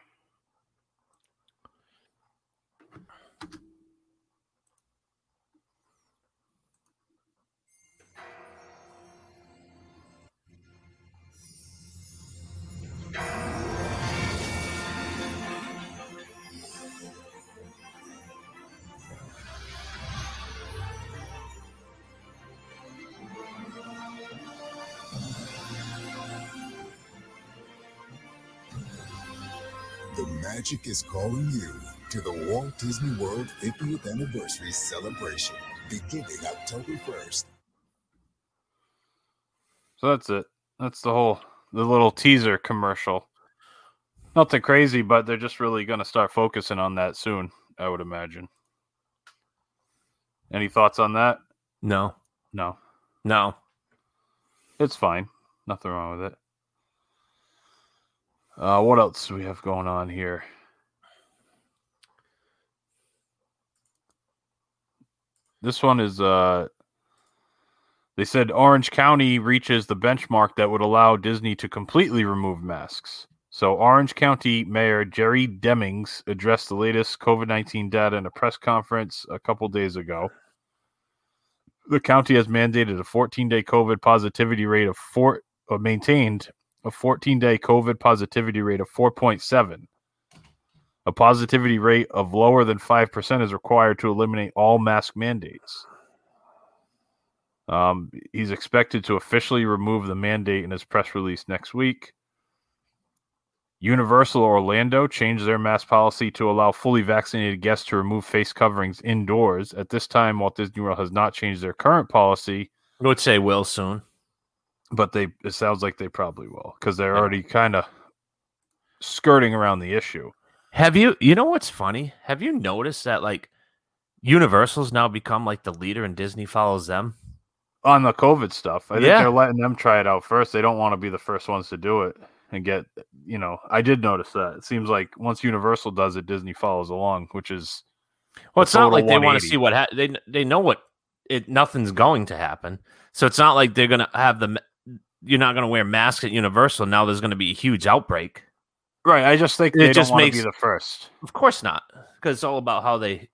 S7: The magic is calling you to the Walt Disney World 50th Anniversary Celebration beginning October 1st.
S4: So that's it. That's the whole the little teaser commercial. Nothing crazy, but they're just really going to start focusing on that soon, I would imagine. Any thoughts on that?
S5: No,
S4: No.
S5: no.
S4: It's fine. Nothing wrong with it. Uh, what else do we have going on here? This one is uh they said Orange County reaches the benchmark that would allow Disney to completely remove masks. So Orange County Mayor Jerry Demings addressed the latest COVID-19 data in a press conference a couple days ago the county has mandated a 14-day COVID positivity rate of four, uh, maintained a 14-day COVID positivity rate of 4.7. A positivity rate of lower than 5% is required to eliminate all mask mandates. Um, he's expected to officially remove the mandate in his press release next week. Universal Orlando changed their mask policy to allow fully vaccinated guests to remove face coverings indoors. At this time, Walt Disney World has not changed their current policy,
S5: I would say will soon.
S4: but they it sounds like they probably will because they're already kind of skirting around the issue.
S5: Have you? You know what's funny? Have you noticed that like Universal's now become like the leader, and Disney follows them?
S4: On the COVID stuff, I think
S5: Yeah.
S4: they're letting them try it out first. They don't want to be the first ones to do it and get, you know, I did notice that. It seems like once Universal does it, Disney follows along, which is
S5: Well, it's not
S4: total
S5: like they want to
S4: 180.
S5: see what ha- they they know what it nothing's going to happen. So it's not like they're gonna have the ma- you're not gonna wear masks at Universal. Now there's gonna be a huge outbreak.
S4: right. I just think
S5: It
S4: they
S5: just
S4: don't want to
S5: makes-
S4: be the first.
S5: Of course not, because it's all about how they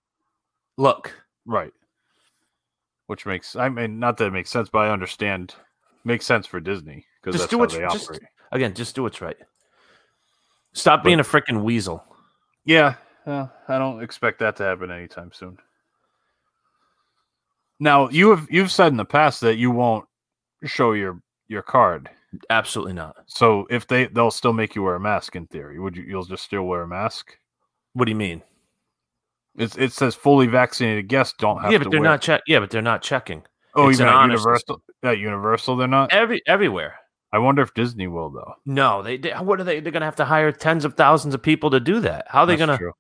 S5: look.
S4: Right. Which makes I mean not that it makes sense, but I understand makes sense for Disney because
S5: Just
S4: that's
S5: do
S4: how
S5: what's-
S4: they
S5: just-
S4: operate.
S5: Again, just do what's right. Stop being a freaking weasel.
S4: Yeah, uh, I don't expect that to happen anytime soon. Now you have you've said in the past that you won't show your your card.
S5: Absolutely not.
S4: So if they they'll still make you wear a mask in theory, would you? You'll just still wear a mask.
S5: What do you mean?
S4: It's, it says fully vaccinated guests don't have
S5: Yeah,
S4: to
S5: but they're
S4: wear.
S5: not check. Yeah, but they're not checking
S4: oh,
S5: it's
S4: even
S5: an
S4: at
S5: honor
S4: Universal, at Universal, they're not.
S5: every everywhere.
S4: I wonder if Disney will though.
S5: No, they, they what are they? They're gonna have to hire tens of thousands of people to do that. How are they
S4: That's
S5: gonna?
S4: true.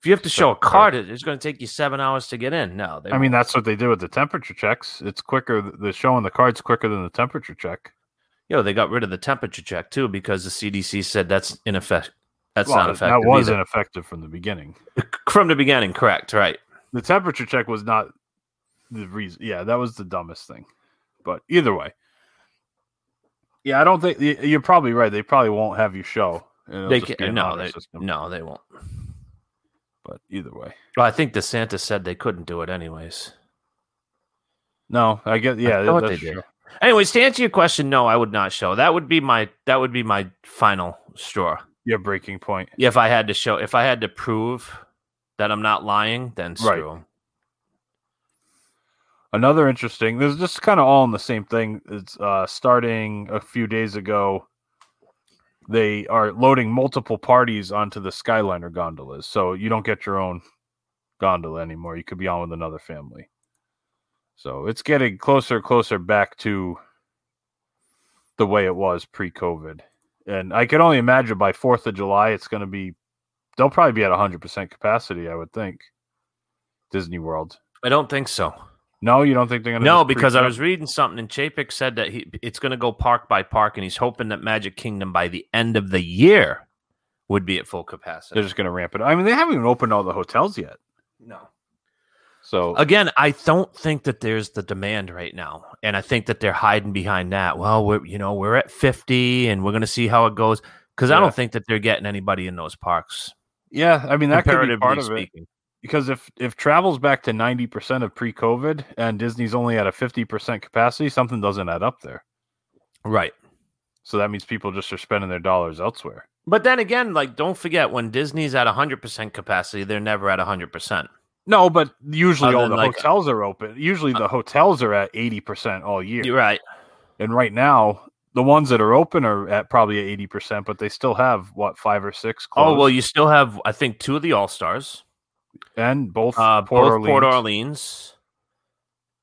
S5: If you have to
S4: That's
S5: show a
S4: fair.
S5: card, it- it's going to take you seven hours to get in. No, they
S4: I mean, that's what they do with the temperature checks. It's quicker. th- The showing the cards quicker than the temperature check.
S5: yo, they got rid of the temperature check too because the CDC said that's ineffective. That's
S4: Well,
S5: not effective.
S4: That was
S5: either.
S4: ineffective from the beginning.
S5: from the beginning, correct? Right?
S4: The temperature check was not the reason. Yeah, that was the dumbest thing. But either way, yeah, I don't think y- you're probably right. They probably won't have you show. and it'll
S5: They
S4: just be
S5: can,
S4: an
S5: no,
S4: honor
S5: they
S4: system.
S5: no, they won't.
S4: But either way,
S5: Well, I think DeSantis said they couldn't do it anyways.
S4: no, I get. Yeah,
S5: thought
S4: that's
S5: they did.
S4: true.
S5: Anyways, to answer your question, no, I would not show. That would be my that would be my final straw.
S4: Your breaking point.
S5: If I had to show, if I had to prove that I'm not lying, then screw
S4: Right.
S5: 'em.
S4: Another interesting. This is just kind of all in the same thing. It's uh, starting a few days ago. They are loading multiple parties onto the Skyliner gondolas, so you don't get your own gondola anymore. You could be on with another family. So it's getting closer, and closer back to the way it was pre-COVID, and I can only imagine by Fourth of July it's going to be. They'll probably be at hundred percent capacity, I would think. Disney World.
S5: I don't think so.
S4: No, you don't think they're going to?
S5: No, because I was reading something, and Chapek said that he it's going to go park by park, and he's hoping that Magic Kingdom by the end of the year would be at full
S4: They're
S5: capacity.
S4: just going to ramp it. up. I mean, they haven't even opened all the hotels yet.
S5: No.
S4: So
S5: Again, I don't think that there's the demand right now, and I think that they're hiding behind that. Well, we're you know we're at fifty, and we're going to see how it goes because I
S4: Yeah.
S5: don't think that they're getting anybody in those parks.
S4: yeah, I mean that could be
S5: comparatively
S4: part of it
S5: speaking,
S4: because if if travel's back to ninety percent of pre-COVID and Disney's only at a fifty percent capacity, something doesn't add up there.
S5: right?
S4: So that means people just are spending their dollars elsewhere.
S5: But then again, like don't forget when Disney's at hundred percent capacity, they're never at hundred percent.
S4: No, but usually
S5: Other
S4: all
S5: than,
S4: the
S5: like, Uh,
S4: hotels are open. Usually the hotels are at eighty percent all year,
S5: You're right.
S4: and right now the ones that are open are at probably eighty percent, but they still have what five or six.
S5: Oh
S4: Closed,
S5: well, you still have I think two of the All Stars,
S4: and both
S5: uh,
S4: Port
S5: both
S4: Orleans.
S5: Port Orleans.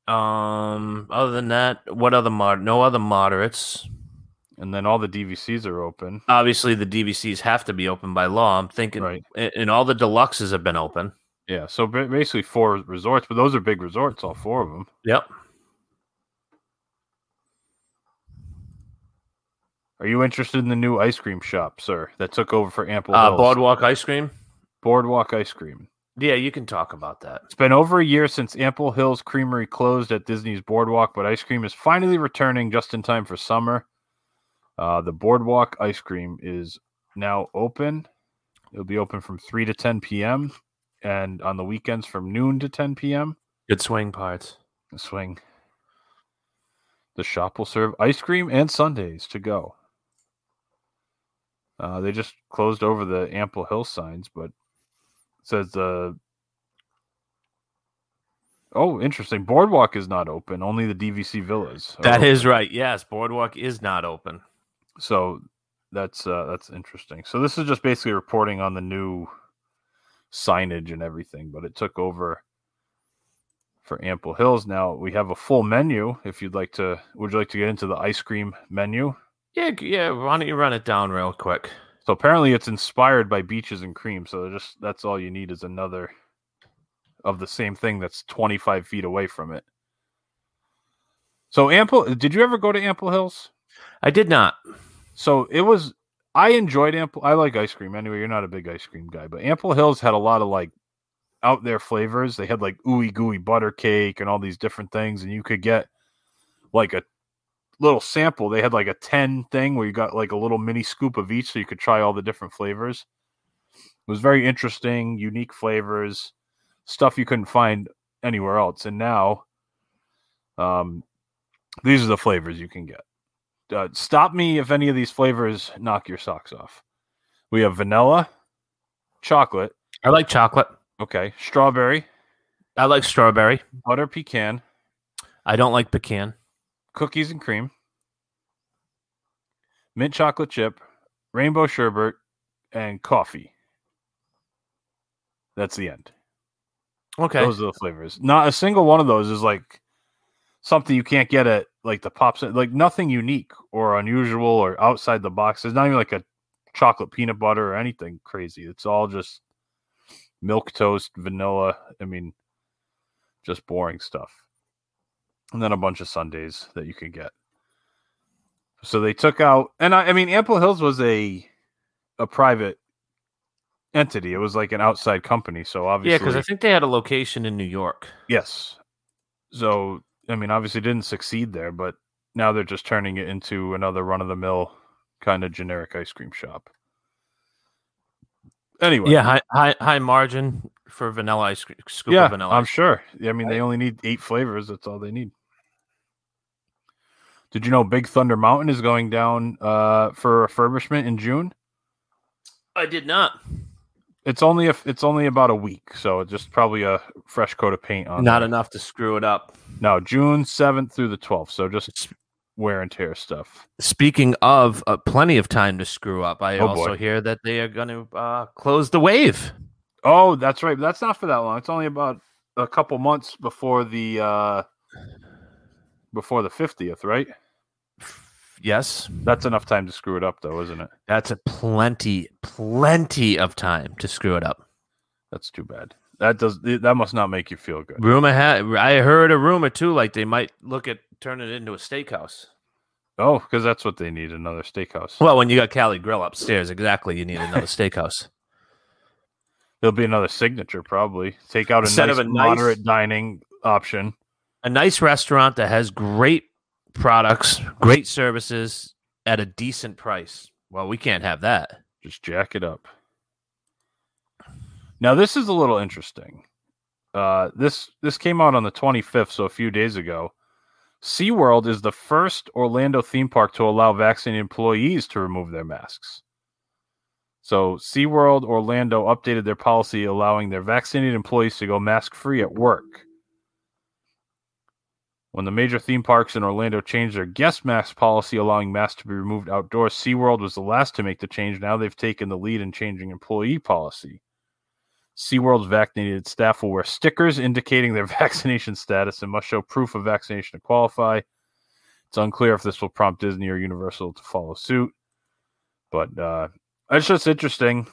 S5: Um, other than that, what other mod? No other moderates.
S4: and then all the DVCs are open.
S5: Obviously, the DVCs have to be open by law. I'm thinking,
S4: Right.
S5: and and all the deluxes have been open.
S4: Yeah, so ba- basically four resorts, but those are big resorts, all four of them.
S5: Yep.
S4: Are you interested in the new ice cream shop, sir, that took over for Ample
S5: Uh,
S4: Hills?
S5: Boardwalk ice cream.
S4: Boardwalk Ice Cream.
S5: Yeah, you can talk about that.
S4: It's been over a year since Ample Hills Creamery closed at Disney's Boardwalk, but ice cream is finally returning just in time for summer. Uh, the Boardwalk Ice Cream is now open. It'll be open from 3 to 10 p.m. and on the weekends from noon to 10 p.m.
S5: Good swing parts.
S4: The swing. The shop will serve ice cream and Sundays to go. Uh, they just closed over the Ample Hill signs, but it says the. oh, interesting. Boardwalk is not open. Only the DVC villas. are
S5: That
S4: open.
S5: is right. Yes, Boardwalk is not open.
S4: so. That's uh, that's interesting. So this is just basically reporting on the new signage and everything, but it took over for Ample Hills. Now we have a full menu. If you'd like to, would you like to get into the ice cream menu?
S5: Yeah, g- yeah. Why don't you run it down real quick?
S4: So apparently, it's inspired by beaches and cream. So they're just that's all you need is another of the same thing that's 25 feet away from it. So Ample, did you ever go to Ample Hills?
S5: I did not.
S4: So it was. I enjoyed Ample. I like ice cream anyway. You're not a big ice cream guy, but Ample Hills had a lot of like out there flavors. They had like ooey gooey butter cake and all these different things, and you could get like a little sample. They had like a ten thing where you got like a little mini scoop of each, so you could try all the different flavors. It was very interesting, unique flavors, stuff you couldn't find anywhere else. And now, um, these are the flavors you can get uh, stop me if any of these flavors knock your socks off. We have vanilla, chocolate,
S5: I like chocolate.
S4: okay, strawberry,
S5: I like strawberry.
S4: butter pecan,
S5: I don't like pecan.
S4: cookies and cream, mint chocolate chip, rainbow sherbet, and coffee. That's the end.
S5: Okay.
S4: Those are the flavors. Not a single one of those is like something you can't get at like the pops. Like nothing unique or unusual or outside the box. There's not even like a chocolate peanut butter or anything crazy. It's all just milk toast, vanilla. I mean, just boring stuff. And then a bunch of sundaes that you can get. So they took out, and I, I mean, Ample Hills was a a private entity. It was like an outside company. So obviously,
S5: yeah, because I think they had a location in New York.
S4: Yes. So, I mean, obviously didn't succeed there, but now they're just turning it into another run of the mill kind of generic ice cream shop. Anyway,
S5: Yeah, high, high high margin for vanilla ice cream. Scoop
S4: yeah,
S5: of vanilla.
S4: I'm
S5: ice-
S4: sure. I mean, they only need eight flavors. That's all they need. Did you know Big Thunder Mountain is going down uh, for refurbishment in June?
S5: I did not.
S4: It's only a, it's only about a week, so it's just probably a fresh coat of paint on.
S5: Not
S4: there.
S5: enough to screw it up.
S4: No, June seventh through the twelfth. So just wear and tear stuff.
S5: Speaking of uh, plenty of time to screw up, I
S4: Oh,
S5: also
S4: boy.
S5: hear that they are going to uh, close the wave.
S4: Oh, that's right. But that's not for that long. It's only about a couple months before the uh before the fiftieth, right?
S5: Yes,
S4: That's enough time to screw it up, though, isn't it?
S5: that's a plenty, plenty of time to screw it up.
S4: That's too bad. That does that must not make you feel good.
S5: Rumor had I heard a rumor too, like they might look at turn it into a steakhouse.
S4: Oh, because that's what they need another steakhouse.
S5: Well, when you got Cali Grill upstairs, exactly, you need another steakhouse.
S4: There'll be another signature probably. Take out a
S5: Instead
S4: nice,
S5: of a nice-
S4: moderate dining option.
S5: a nice restaurant that has great products, great services at a decent price. Well, we can't have that.
S4: Just jack it up. Now this is a little interesting. Uh, this this came out on the 25th, so a few days ago. SeaWorld is the first Orlando theme park to allow vaccinated employees to remove their masks. So SeaWorld Orlando updated their policy allowing their vaccinated employees to go mask free at work. When the major theme parks in Orlando changed their guest mask policy, allowing masks to be removed outdoors, SeaWorld was the last to make the change. Now they've taken the lead in changing employee policy. SeaWorld's vaccinated staff will wear stickers indicating their vaccination status and must show proof of vaccination to qualify. It's unclear if this will prompt Disney or Universal to follow suit, but uh, it's just interesting.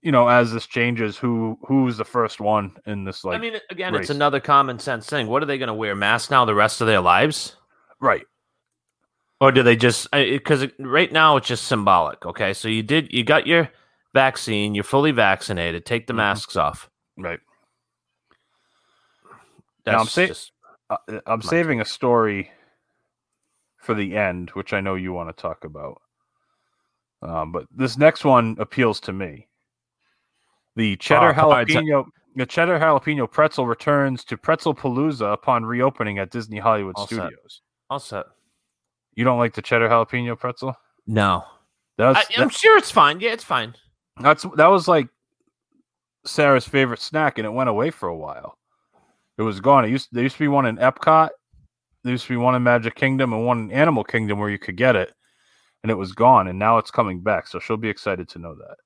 S4: You know, as this changes, who who's the first one in this? Like,
S5: I mean, again,
S4: race.
S5: it's another common sense thing. What are they going to wear masks now the rest of their lives?
S4: right?
S5: Or do they just because right now it's just symbolic? Okay, so you did you got your vaccine, you're fully vaccinated. Take the
S4: Mhm.
S5: masks off.
S4: Right. Now,
S5: That's
S4: I'm say-
S5: just,
S4: I- Uh, I'm saving a story for the end, which I know you want to talk about. Um, but this next one appeals to me. The cheddar
S5: Oh, come on, it's a-
S4: jalapeno, the cheddar jalapeno pretzel returns to Pretzel Palooza upon reopening at Disney Hollywood
S5: All set.
S4: Studios.
S5: also
S4: You don't like the cheddar jalapeno pretzel?
S5: no.
S4: That's
S5: I, I'm sure it's fine. Yeah, it's fine.
S4: That's that was like Sarah's favorite snack, and it went away for a while. It was gone. It used there used to be one in Epcot, there used to be one in Magic Kingdom, and one in Animal Kingdom where you could get it, and it was gone. And now it's coming back, so she'll be excited to know that.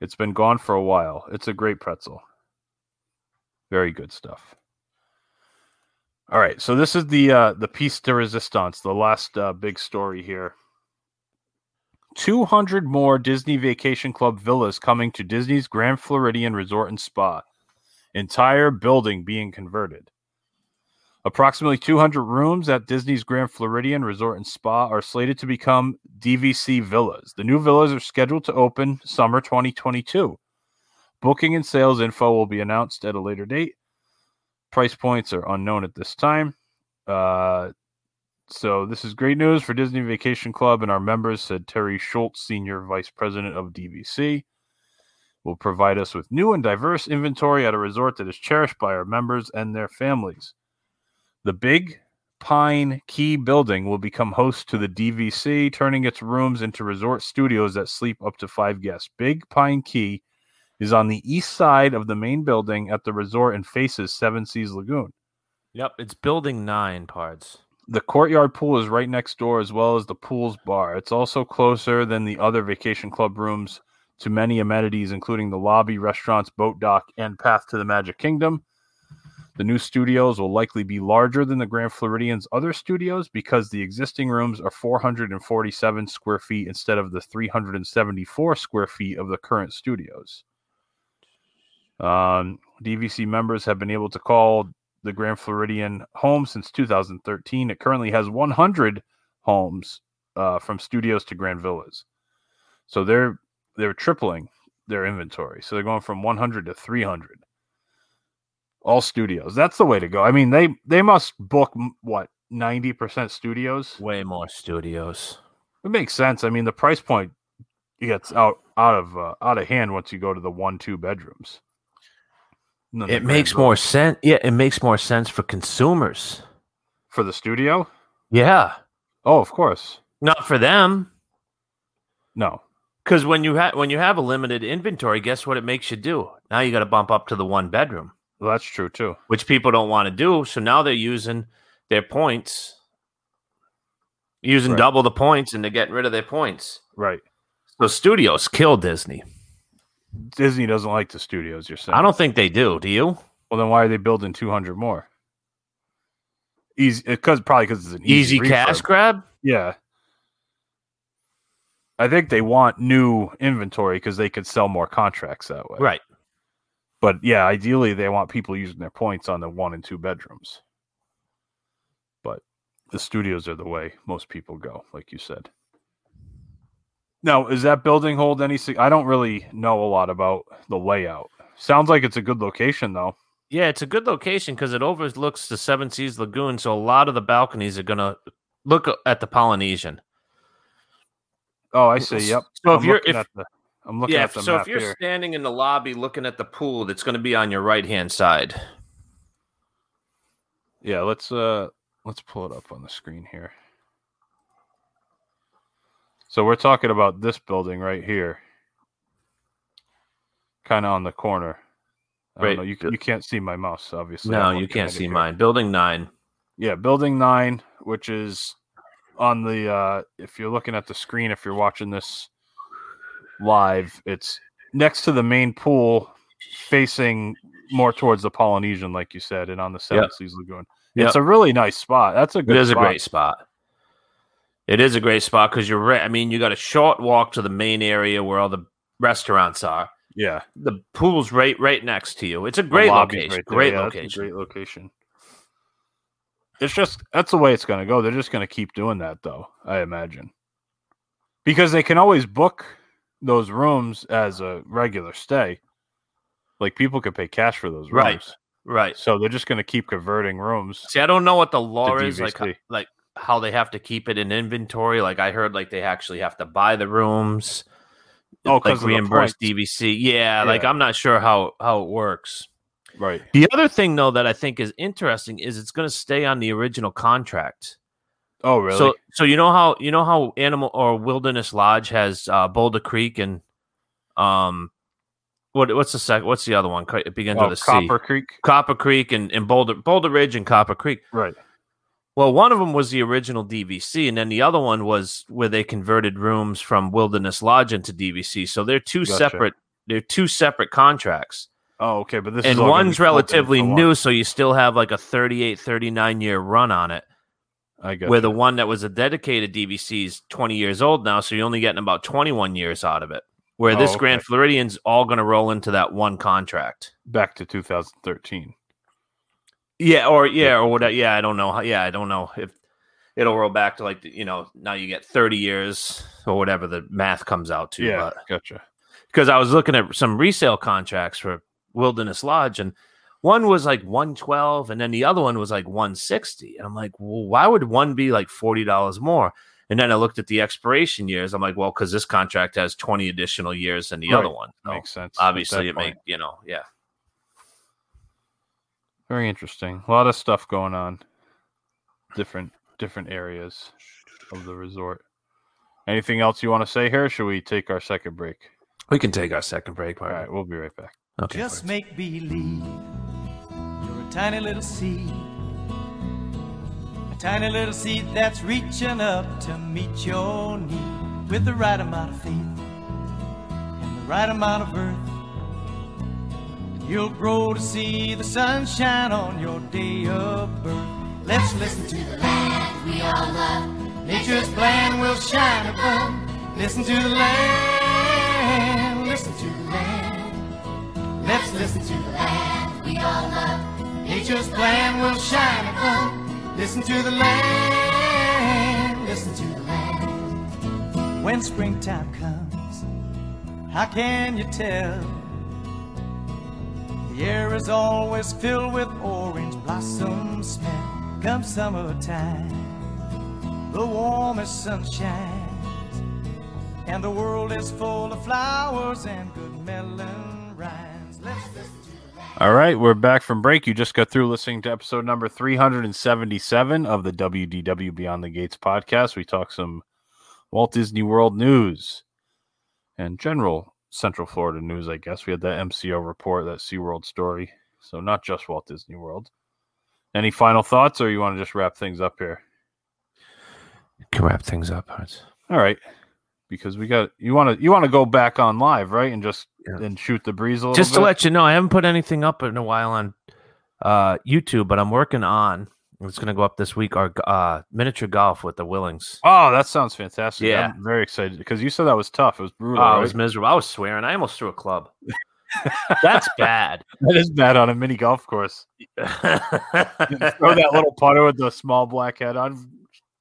S4: It's been gone for a while. It's a great pretzel. Very good stuff. All right, so this is the uh, the piece de resistance, the last uh, big story here. 200 more Disney Vacation Club villas coming to Disney's Grand Floridian Resort and Spa. Entire building being converted. Approximately 200 rooms at Disney's Grand Floridian Resort and Spa are slated to become DVC villas. The new villas are scheduled to open summer 2022. Booking and sales info will be announced at a later date. Price points are unknown at this time. Uh, so this is great news for Disney Vacation Club and our members, said Terry Schultz, Senior Vice President of DVC. Will provide us with new and diverse inventory at a resort that is cherished by our members and their families. The Big Pine Key building will become host to the DVC, turning its rooms into resort studios that sleep up to five guests. Big Pine Key is on the east side of the main building at the resort and faces Seven Seas Lagoon.
S5: Yep, it's building nine parts.
S4: The courtyard pool is right next door, as well as the pool's bar. It's also closer than the other vacation club rooms to many amenities, including the lobby, restaurants, boat dock, and path to the Magic Kingdom. The new studios will likely be larger than the Grand Floridian's other studios because the existing rooms are 447 square feet instead of the 374 square feet of the current studios. Um, DVC members have been able to call the Grand Floridian home since 2013. It currently has 100 homes uh, from studios to grand villas. So they're they're tripling their inventory. So they're going from 100 to 300. All studios. That's the way to go. I mean, they they must book m- what 90% studios.
S5: Way more studios.
S4: It makes sense. I mean, the price point gets out out of uh, out of hand once you go to the one two bedrooms. And then the
S5: It
S4: grand
S5: makes
S4: villa-
S5: more sense. Yeah, it makes more sense for consumers.
S4: for the studio.
S5: Yeah,
S4: Oh, of course.
S5: not for them.
S4: No,
S5: Because when you have when you have a limited inventory, guess what it makes you do? Now you got to bump up to the one bedroom,
S4: Well, that's true too.
S5: which people don't want to do. So now they're using their points, using
S4: Right.
S5: double the points, and they're getting rid of their points.
S4: Right.
S5: So studios kill Disney.
S4: Disney doesn't like the studios. You're saying.
S5: I don't think they do. Do you?
S4: Well, then why are they building 200 more? Easy, because probably because it's an
S5: Easy,
S4: easy,
S5: cash
S4: refurb.
S5: grab.
S4: Yeah. I think they want new inventory because they could sell more contracts that way.
S5: Right.
S4: But yeah, ideally they want people using their points on the one and two bedrooms. But the studios are the way most people go, like you said. Now, is that building hold any? sig- I don't really know a lot about the layout. Sounds like it's a good location though.
S5: Yeah, it's a good location because it overlooks the Seven Seas Lagoon. So a lot of the balconies are gonna look at the Polynesian.
S4: Oh, I see. Yep.
S5: So if
S4: I'm
S5: you're
S4: looking
S5: if
S4: at the, I'm looking
S5: yeah,
S4: at the
S5: so
S4: map
S5: if you're
S4: here.
S5: standing in the lobby looking at the pool, that's going to be on your right hand side.
S4: Yeah, let's uh let's pull it up on the screen here. So we're talking about this building right here. Kind of on the corner. I don't
S5: Right.
S4: know, You, you can't see my mouse, obviously.
S5: no,
S4: I'm
S5: you
S4: looking
S5: can't
S4: at it
S5: see
S4: here.
S5: mine. Building nine.
S4: Yeah, building nine, which is on the uh if you're looking at the screen, if you're watching this live, it's next to the main pool, facing more towards the Polynesian, like you said, and on the Seven
S5: Yep.
S4: Seas Lagoon.
S5: Yep.
S4: It's a really nice spot. That's a good
S5: It is a
S4: spot.
S5: great spot. It is a great spot because you're right. I mean, you got a short walk to the main area where all the restaurants are.
S4: yeah.
S5: The pool's right right next to you. It's a great
S4: lobby's
S5: location.
S4: right there.
S5: great
S4: Yeah, that's a
S5: location.
S4: Great location. It's just that's the way it's going to go. They're just going to keep doing that, though. I imagine because they can always book those rooms as a regular stay. Like people could pay cash for those rooms,
S5: Right. Right.
S4: So they're just going to keep converting rooms.
S5: See, I don't know what the law is like, uh,
S4: DVC.
S5: like how they have to keep it in inventory. Like I heard, like they actually have to buy the rooms.
S4: Oh,
S5: like
S4: 'cause of the
S5: reimburse
S4: points.
S5: DVC. Yeah, like
S4: Yeah.
S5: I'm not sure how how it works.
S4: Right.
S5: The other thing though that I think is interesting is it's going to stay on the original contract.
S4: Oh, really?
S5: So so you know how you know how Animal or Wilderness Lodge has uh, Boulder Creek and um what what's the second what's the other one? It begins
S4: oh,
S5: with a C.
S4: Copper Creek.
S5: Copper Creek and, and Boulder Boulder Ridge and Copper Creek.
S4: Right.
S5: Well, one of them was the original DVC, and then the other one was where they converted rooms from Wilderness Lodge into DVC. So they're two
S4: Gotcha.
S5: separate. They're two separate contracts,
S4: Oh, okay. But this is
S5: and
S4: all gonna be
S5: one's
S4: built in
S5: relatively
S4: for one.
S5: new, so you still have like a 38, 39 year run on it.
S4: I guess.
S5: Where the one that was a dedicated DVC is twenty years old now, so you're only getting about twenty one years out of it. Where
S4: Oh,
S5: this
S4: okay.
S5: Grand Floridian's all going to roll into that one contract.
S4: back to 2013.
S5: Yeah, or yeah, or whatever. Yeah, I don't know. how- Yeah, I don't know if it'll roll back to like the- you know now you get thirty years or whatever the math comes out to.
S4: Yeah. Gotcha.
S5: because I was looking at some resale contracts for Wilderness Lodge, and one was like one twelve, and then the other one was like one sixty. And I'm like, well, why would one be like forty dollars more? And then I looked at the expiration years. I'm like, well, because this contract has twenty additional years than the other
S4: Right.
S5: one. So
S4: Makes sense. at
S5: obviously,
S4: that
S5: it
S4: point.
S5: make you know, yeah.
S4: Very interesting. A lot of stuff going on. Different different areas of the resort. Anything else you want to say here? or Should we take our second break?
S5: We can take our second break.
S4: All
S5: Mark.
S4: right, we'll be right back.
S5: Okay.
S8: Just make believe you're a tiny little seed. A tiny little seed that's reaching up to meet your need with the right amount of faith and the right amount of earth. You'll grow to see the sunshine on your day of birth. Let's listen to the land we all love. Nature's plan will shine above. Listen to the land. Listen to the land. Let's listen to the land we all love. Nature's plan will shine above. Listen to the land. Listen to the land. When springtime comes, how can you tell? The air is always filled with orange blossom smell. Come summertime, the warmest sunshine, and the world is full of flowers and good melon rhymes. Let's listen to the land.
S4: All right, we're back from break. You just got through listening to episode number 377 of the WDW Beyond the Gates podcast. We talk some Walt Disney World news and general Central Florida news, I guess. We had that MCO report, that SeaWorld story. So not just Walt Disney World. Any final thoughts or you want to just wrap things up here?
S5: Can wrap things up. Hans.
S4: All right. Because we got you want to you want to go back on live, right? And just
S5: Yeah.
S4: and shoot the breeze a little
S5: just
S4: bit?
S5: to let you know, I haven't put anything up in a while on uh, YouTube, but I'm working on. It's going to go up this week. Our uh, miniature golf with the Willings.
S4: Oh, that sounds fantastic.
S5: Yeah.
S4: I'm very excited because you said that was tough. It was brutal.
S5: Oh, I
S4: right?
S5: was miserable. I was swearing. I almost threw a club. That's bad.
S4: That is bad on a mini golf course. Throw that little putter with the small black head on,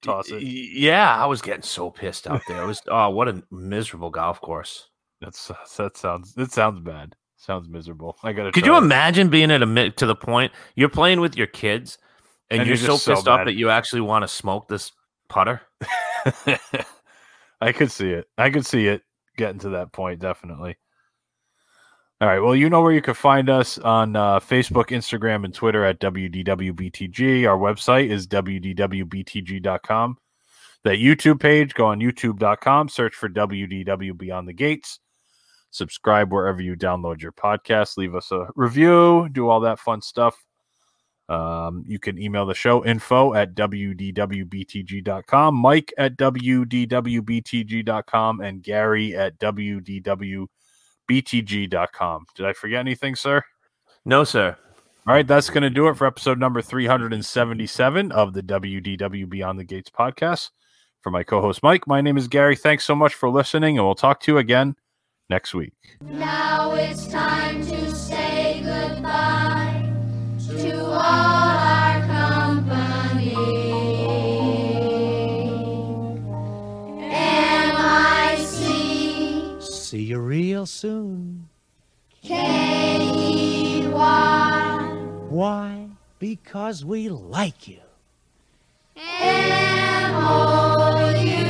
S4: toss it.
S5: Yeah, I was getting so pissed out there. It was oh, what a miserable golf course.
S4: That's that sounds it sounds bad. Sounds miserable. I gotta.
S5: Could
S4: try
S5: you
S4: it.
S5: imagine being at a mid to the point you're playing with your kids and,
S4: And
S5: you're,
S4: you're
S5: so
S4: just so
S5: pissed off
S4: mad.
S5: that you actually want to smoke this putter?
S4: I could see it. I could see it getting to that point, definitely. All right. Well, you know where you can find us on uh, Facebook, Instagram, and Twitter at WDWBTG. Our website is WDWBTG.com. That YouTube page, go on YouTube.com, search for WDW Beyond the Gates. subscribe wherever you download your podcast, leave us a review, do all that fun stuff. Um, you can email the show info at wdwbtg.com, Mike at wdwbtg.com, and Gary at wdwbtg.com. Did I forget anything, sir?
S5: No, sir.
S4: All right, that's going to do it for episode number 377 of the WDW Beyond the Gates podcast. For my co host Mike, my name is Gary. Thanks so much for listening, and we'll talk to you again next week.
S9: Now it's time to say goodbye to all our company. M-I-C,
S8: See you real soon.
S9: K-E-Y,
S8: Why? Because we like you.
S9: M-O-U. E.